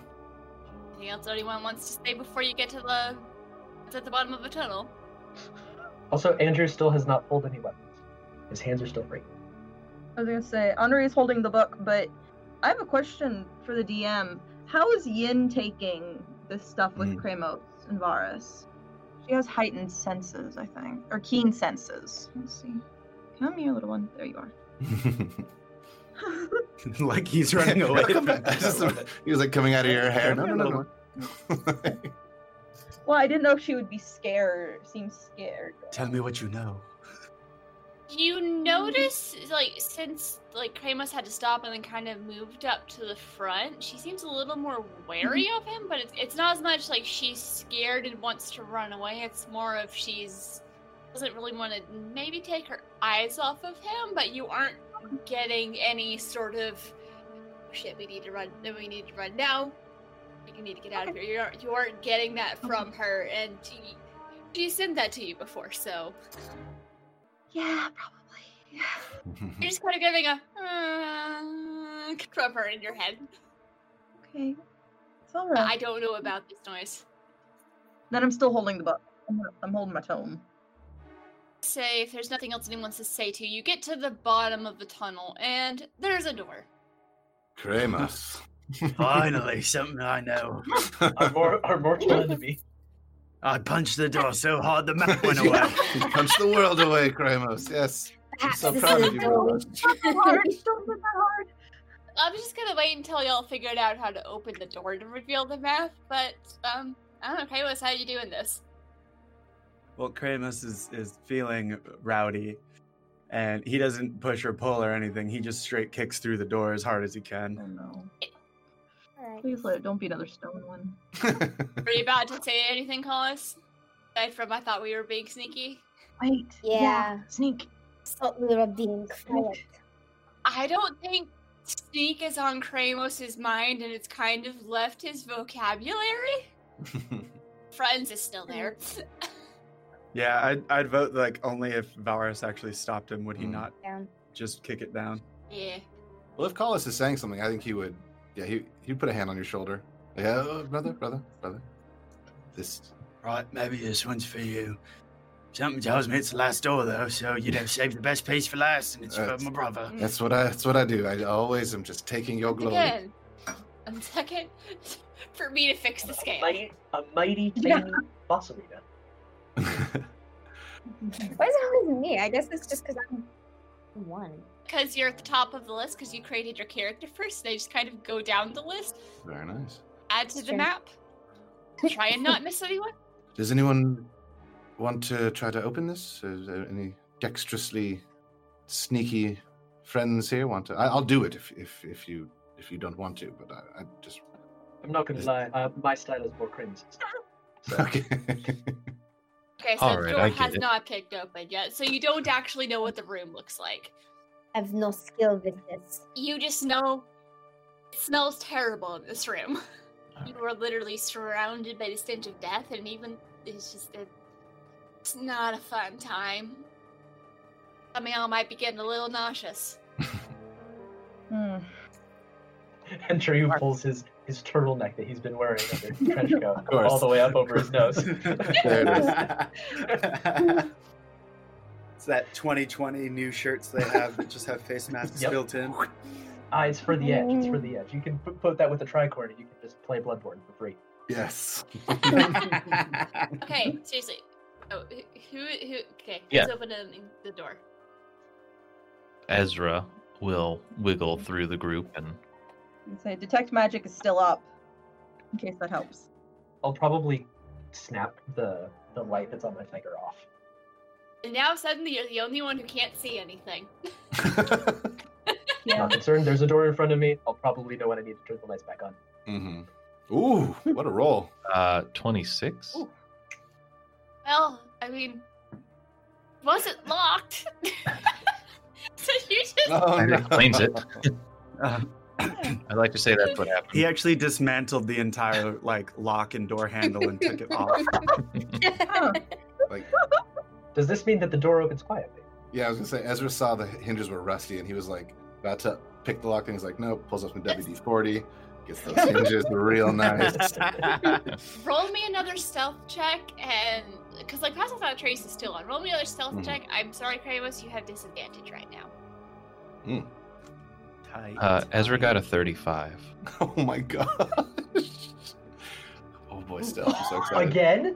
S2: Anything else anyone wants to say before you get to the? It's at the bottom of the tunnel.
S7: Also, Andrew still has not pulled any weapons. His hands are still free.
S3: I was gonna say Andre is holding the book, but I have a question for the DM. How is Yin taking this stuff with
S4: Mm.
S3: Kramos and Varus? She has heightened senses, I think, or keen senses. Let's see. Come here, little one. There you are.
S5: like he's running
S4: Yeah,
S5: away. From
S4: come back. I just-
S5: that
S4: he was like coming out of your hair. No,
S5: Come
S4: no,
S5: here,
S4: no, no.
S3: well, I didn't know if she would be scared. Seems scared.
S5: Tell me what you know.
S2: You notice, like, since like Kramos had to stop and then kind of moved up to the front, she seems a little more wary of him. But it's it's not as much like she's scared and wants to run away. It's more of she's doesn't really want to maybe take her eyes off of him. But you aren't getting any sort of "Oh, shit. We need to run. No, we need to run now. You need to get out of here. You aren't you aren't getting that from her, and she, she sent that to you before, so.
S3: Yeah, probably.
S2: You're just kind of giving a uh, cover in your head.
S3: okay, it's all
S2: But
S3: right.
S2: I don't know about this noise.
S3: Then I'm still holding the book. I'm, I'm holding my tome.
S2: Say if there's nothing else anyone wants to say to you, you get to the bottom of the tunnel and there's a door.
S4: Kremos.
S10: Finally, something I know.
S7: Our more, our mortal enemy.
S10: I punched the door so hard the map went away.
S4: Yeah, you punched the world away, Kramos. Yes.
S8: Perhaps
S4: so
S8: this
S4: proud
S8: is
S4: of
S8: a
S4: you,
S8: door
S4: Rowan.
S3: hard. Don't put that hard.
S2: I'm just gonna wait until y'all figured out how to open the door to reveal the map, but um I don't know, Kalos, how you doing this?
S5: Well, Kramus is, is feeling rowdy and he doesn't push or pull or anything. He just straight kicks through the door as hard as he
S3: Oh
S5: can.
S3: no.
S8: Alright.
S3: Please let it. Don't be another stone one.
S2: Were you about to say anything, Kalos? Aside from I thought we were being sneaky.
S3: Wait.
S8: Yeah.
S3: Sneak.
S8: Thought we were being quiet.
S2: I don't think sneak is on Kramos's mind and it's kind of left his vocabulary. Friends is still there.
S5: Yeah, I'd, I'd vote like only if Valorus actually stopped him, would he
S4: Mm.
S5: not
S8: Down.
S5: just kick it down?
S2: yeah.
S4: well, if Collis is saying something, I think he would. Yeah, he he'd put a hand on your shoulder. Yeah, oh, brother, brother, brother. This.
S10: Right, maybe this one's for you. Something tells me it's the last door, though, so you know, save the best piece for last, and it's for
S4: Right.
S10: my brother.
S8: Mm.
S4: That's what I. That's what I do. I always am just taking your glory.
S2: Again. I'm second for me to fix the scale.
S7: Mighty, a mighty
S3: Yeah.
S7: tiny Bossamina.
S8: Why is it always me? I guess it's just because I'm one.
S2: Because you're at the top of the list because you created your character first. They just kind of go down the list,
S4: Very nice.
S2: add to
S8: That's
S2: the
S8: true.
S2: map, try and not miss anyone.
S4: Does anyone want to try to open this? Is there any dexterously sneaky friends here want to? I, I'll do it if, if if you if you don't want to. But I, I just
S7: I'm not gonna lie, uh, my style is more crimson.
S4: okay.
S2: Okay, so
S6: All
S2: the
S6: right,
S2: door
S6: I get
S2: has
S6: it.
S2: not picked open yet, so you don't actually know what the room looks like.
S8: I've no skill with this.
S2: You just know it smells terrible in this room. You are literally surrounded by the stench of death, and even it's just a, it's not a fun time. I mean, I might be getting a little nauseous.
S3: Hmm.
S7: And Drew pulls his, his turtleneck that he's been wearing under his trench coat
S4: course.
S7: all the way up over his nose.
S4: There
S9: It's that 2020 new shirts they have that just have face masks
S7: Yep.
S9: built in.
S7: ah, it's for the edge. It's for
S2: Oh.
S7: the edge. You can put, put that with the tricorn and you can just play Bloodborne for free.
S4: yes.
S2: Okay, seriously. Oh, wh- who, who? Okay,
S6: Yeah.
S2: who's opening the door?
S6: Ezra will wiggle through the group and
S3: I'd Say detect magic is still up, in case that helps.
S7: I'll probably snap the, the light that's on my finger off.
S2: And now suddenly you're the only one who can't see anything.
S4: Mm-hmm.
S7: Not concerned. There's a door in front of me. I'll probably know when I need to turn the lights back on.
S4: hmm Ooh, what a roll!
S6: uh 26.
S4: Ooh.
S2: Well, I mean, wasn't locked. so you just
S4: Oh,
S6: That explains it.
S5: Uh,
S6: I'd like to say that's what happened.
S5: he actually dismantled the entire like lock and door handle and took it off.
S3: Huh.
S4: Like,
S7: Does this mean that the door opens quietly?
S4: yeah, I was gonna say Ezra saw the hinges were rusty, and he was like about to pick the lock, and he's like, nope. Pulls up some WD forty, gets those hinges real nice.
S2: roll me another stealth check and because like pass without a trace is still on roll me another stealth
S4: Mhm.
S2: check i'm sorry Kravos, you have disadvantage right now
S5: Tight.
S6: Uh Ezra got a 35.
S4: Oh my gosh. Oh boy, still I'm so excited.
S7: Again?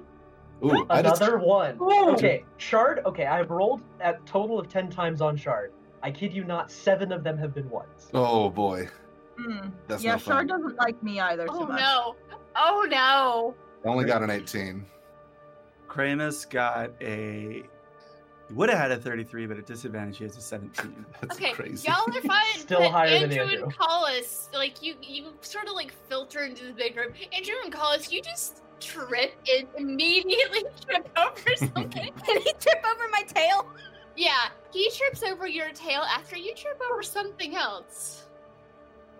S4: Ooh, I just-
S7: Another one.
S3: Whoa.
S7: Okay, shard. Okay, I've rolled a total of ten times on shard. I kid you not, seven of them have been ones.
S4: oh boy,
S3: Mm.
S4: that's
S3: Yeah,
S4: not fun.
S3: Shard doesn't like me either
S2: Oh
S3: too much.
S2: no! Oh no!
S4: I only got an 18.
S5: Kramus got a. He would have had a 33, but at disadvantage, he has a 17.
S4: That's
S2: Okay,
S4: crazy.
S2: y'all are fine.
S7: Still
S2: but
S7: higher than
S2: Andrew and
S7: Andrew.
S2: Collis, like you, you sort of like filter into the big room. Andrew and Collis, you just trip and immediately trip over something.
S8: Did he trip over my tail?
S2: yeah, he trips over your tail after you trip over something else.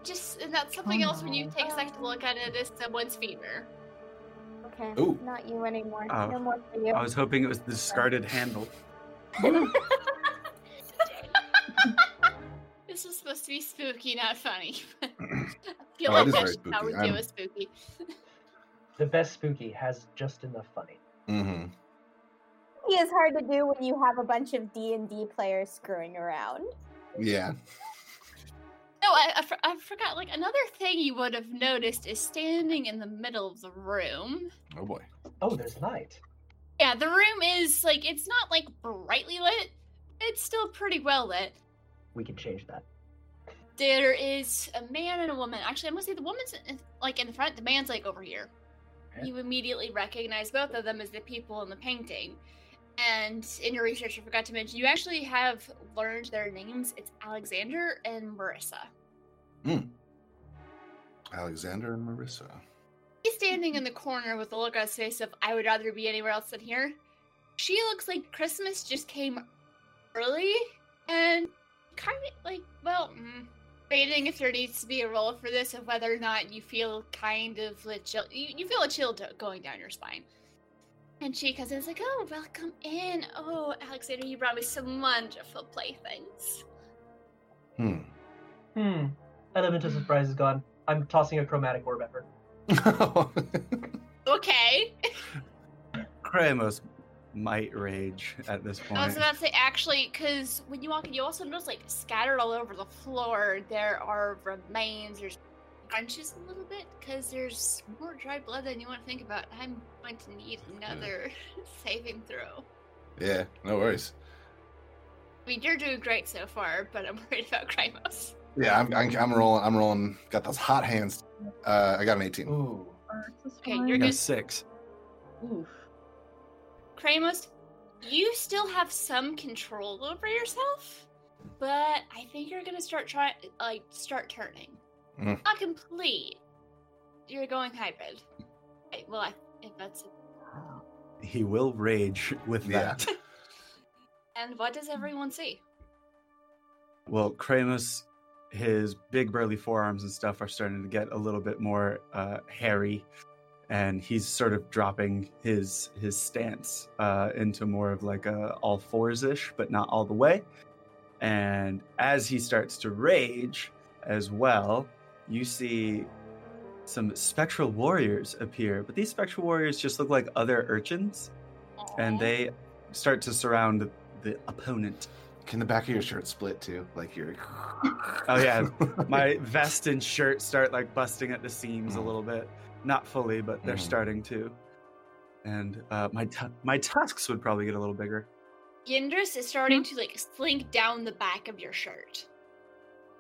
S2: Just and that's something else when you take a second to look at it is someone's femur.
S8: Okay.
S4: Ooh.
S8: Not you anymore.
S5: Oh.
S8: no more for you.
S5: I was hoping it was the discarded handle.
S2: This was supposed to be spooky, not funny. I feel
S4: Oh, it
S2: like
S4: is
S2: that's
S4: very
S2: just how we
S4: spooky.
S2: do
S4: I'm-
S2: a spooky.
S7: The best spooky has just enough funny.
S4: hmm
S8: He is hard to do when you have a bunch of D and D players screwing around.
S4: Yeah.
S2: No, I, I, for- I forgot. Like another thing you would have noticed is standing in the middle of the room.
S4: Oh boy.
S7: Oh, there's night.
S2: Yeah, the room is like it's not like brightly lit. It's still pretty well lit.
S7: We can change that.
S2: There is a man and a woman. Actually, I'm gonna say the woman's in- like in the front. The man's like over here.
S7: Okay.
S2: You immediately recognize both of them as the people in the painting. And in your research, I forgot to mention you actually have learned their names. It's Alexander and Marissa.
S4: Alexander and Marissa.
S2: He's standing in the corner with a look on his face of I would rather be anywhere else than here. She looks like Christmas just came early and kind of like, well, mm, debating if there needs to be a role for this of whether or not you feel kind of a chill. You, you feel a chill do- going down your spine. And she comes in and is like, oh, welcome in. Oh, Alexander, you brought me some wonderful playthings.
S4: Hmm.
S7: Hmm. Element of surprise is gone. I'm tossing a chromatic orb at her.
S2: Okay.
S5: Kramus might rage at this point.
S2: I was about to say, actually, because when you walk in, you also notice, like, scattered all over the floor, there are remains. There's crunches a little bit, because there's more dried blood than you want to think about. I'm going to need another saving throw.
S4: yeah, no worries.
S2: I mean, you're doing great so far, but I'm worried about Krymos.
S4: Yeah, I'm, I'm, I'm rolling. I'm rolling. Got those hot hands. Uh, I got an 18.
S7: Ooh.
S2: Okay, you're
S5: I
S2: good.
S5: got six.
S3: Oof.
S2: Kramos, you still have some control over yourself, but I think you're gonna start trying, like, start turning.
S4: Mm.
S2: Not complete. You're going hybrid. Okay, Well, I, if that's
S5: He will rage with
S4: Yeah.
S5: that.
S2: and what does everyone see?
S5: Well, Kramus, his big burly forearms and stuff are starting to get a little bit more uh, hairy, and he's sort of dropping his his stance uh, into more of like a all fours ish, but not all the way. And as he starts to rage as well, you see some spectral warriors appear, but these spectral warriors just look like other urchins, and
S2: Aw.
S5: they start to surround the opponent.
S4: Can the back of your shirt split too? Like you're.
S5: Oh, yeah. my vest and shirt start like busting at the seams a
S4: Mhm.
S5: little bit. Not fully, but they're
S4: Mhm.
S5: starting to. And uh, my tu- my tusks would probably get a little bigger.
S2: Yindris is starting to like slink down the back of your shirt,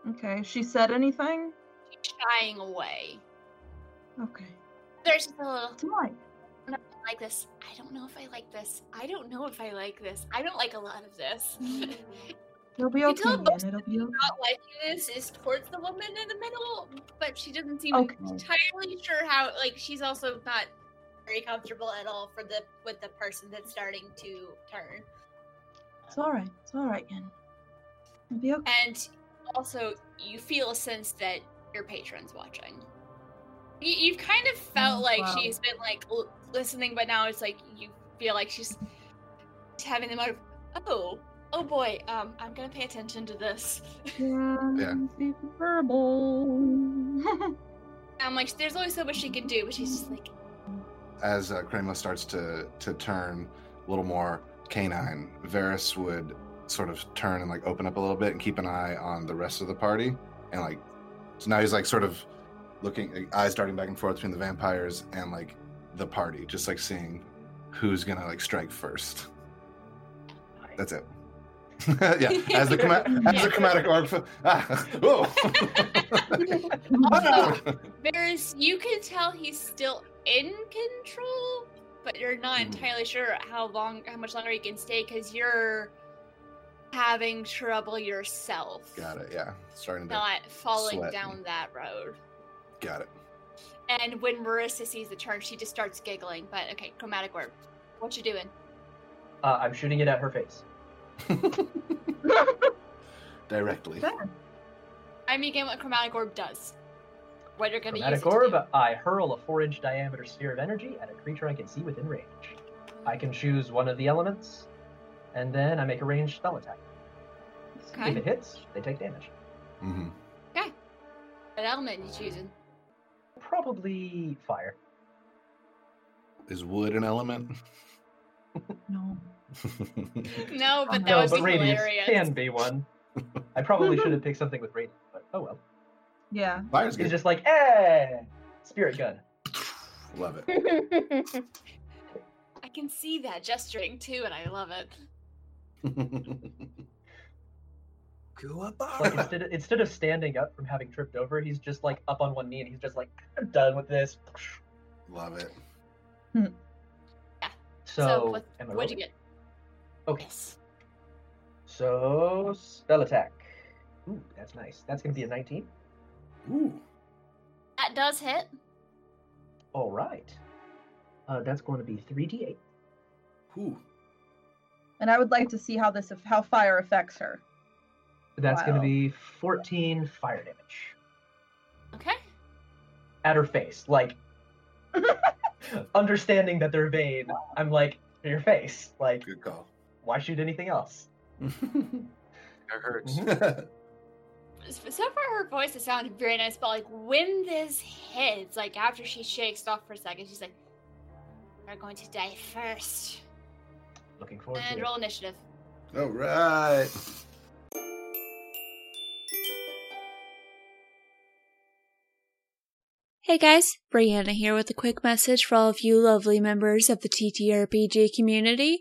S3: Okay, she said anything?
S2: shying away.
S3: Okay.
S2: There's just a little
S3: It's mine.
S2: "I like this. I don't know if I like this. I don't know if I like this. I don't like a lot of this.
S3: It'll be
S2: You
S3: okay,
S2: tell
S3: man.
S2: most
S3: It'll be okay.
S2: Not liking this is towards the woman in the middle, but she doesn't seem
S3: Okay.
S2: entirely sure how. Like she's also not very comfortable at all for the with the person that's starting to turn.
S3: It's all right. It's all right, Yen. It'll be okay.
S2: And also, you feel a sense that your patron's watching. You, you've kind of felt
S3: Oh,
S2: like
S3: wow.
S2: she's been like l- listening, but now it's like you feel like she's having the mode of, oh, oh boy, um, I'm gonna pay attention to this.
S4: Yeah.
S3: Be verbal.
S2: I'm like, there's only so much she can do, but she's just like,
S4: As uh, Kramer starts to to turn a little more canine, Varys would sort of turn and like open up a little bit and keep an eye on the rest of the party. And like, so now he's like sort of looking, like, eyes darting back and forth between the vampires and like the party, just like seeing who's gonna like strike first. That's it. yeah, as the choma- as the chromatic arc. f- Ah, whoa.
S2: Varys, you can tell he's still in control, but you're not
S4: Mhm.
S2: entirely sure how long, how much longer he can stay because you're having trouble yourself,
S4: got it. Yeah, starting to
S2: not falling
S4: Sweating.
S2: down that road.
S4: got it.
S2: And when Marissa sees the turn, she just starts giggling. But okay, chromatic orb, what you doing?
S7: Uh, I'm shooting it at her face.
S4: Directly.
S2: I mean, again, what chromatic orb does, what you're gonna
S7: Chromatic
S2: use it to
S7: orb.
S2: do.
S7: I hurl a four-inch diameter sphere of energy at a creature I can see within range. I can choose one of the elements, and then I make a ranged spell attack.
S2: Okay.
S7: If it hits, they take damage.
S4: hmm
S2: What element you choosing?
S7: Probably fire.
S4: Is wood an element?
S3: No.
S2: No, but that
S7: Oh, no,
S2: would
S7: but
S2: be
S7: radius
S2: hilarious.
S7: can be one. I probably should have picked something with radius, but oh well.
S3: Yeah.
S4: Fire's
S7: He's
S4: good.
S7: just like, eh, spirit gun.
S4: Love it.
S8: That's
S2: I can see that gesturing too, and I love it.
S7: Like instead of, instead of standing up from having tripped over, he's just like up on one knee and he's just like, I'm done with this.
S4: Love it.
S7: So,
S2: So, what,
S7: am I
S2: what'd you
S7: rolling?
S2: get?
S7: Okay.
S2: Yes.
S7: So spell attack. Ooh, that's nice. That's gonna be a 19.
S4: Ooh.
S2: That does hit.
S7: All right. Uh, that's going to be 3d8.
S4: Ooh.
S3: And I would like to see how this aff- how fire affects her.
S7: That's going
S3: Wow.
S7: to be 14 fire damage
S2: Okay.
S7: at her face. Like, understanding that they're vain, I'm like, your face. Like,
S4: Good call.
S7: why shoot anything else?
S5: It
S4: Mm-hmm.
S5: hurts.
S2: S- So far, her voice has sounded very nice, but like when this hits, like after she shakes off for a second, she's like, "We're going to die first.
S7: Looking forward
S2: and
S7: to
S2: roll initiative.
S4: All right.
S1: Hey guys, Brianna here with a quick message for all of you lovely members of the TTRPG community.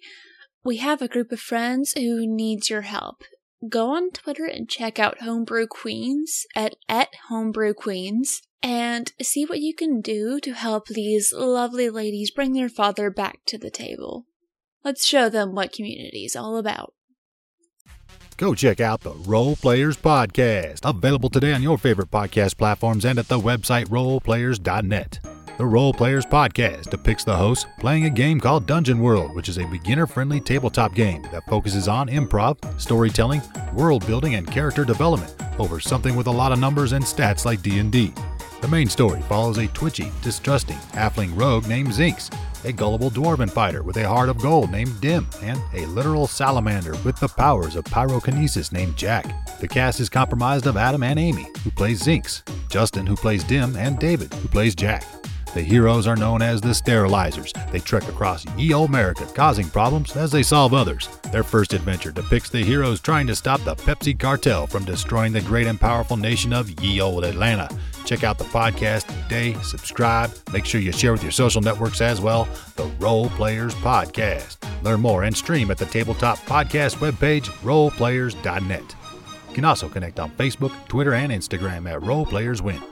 S1: We have a group of friends who needs your help. Go on Twitter and check out Homebrew Queens at, at Homebrew Queens and see what you can do to help these lovely ladies bring their father back to the table. Let's show them what community is all about.
S11: Go check out the Role Players Podcast, available today on your favorite podcast platforms and at the website roleplayers.net. The Role Players Podcast depicts the hosts playing a game called Dungeon World, which is a beginner friendly tabletop game that focuses on improv, storytelling, world building, and character development over something with a lot of numbers and stats like D&D. The main story follows a twitchy, distrusting halfling rogue named Zinx, a gullible dwarven fighter with a heart of gold named Dim, and a literal salamander with the powers of pyrokinesis named Jack. The cast is comprised of Adam and Amy, who plays Zinx, Justin, who plays Dim, and David, who plays Jack. The heroes are known as the Sterilizers. They trek across ye olde America, causing problems as they solve others. Their first adventure depicts the heroes trying to stop the Pepsi cartel from destroying the great and powerful nation of ye olde Atlanta. Check out the podcast today, subscribe, make sure you share with your social networks as well. The Role Players Podcast. Learn more and stream at the Tabletop Podcast webpage, roleplayers.net. You can also connect on Facebook, Twitter, and Instagram at Role Players Win.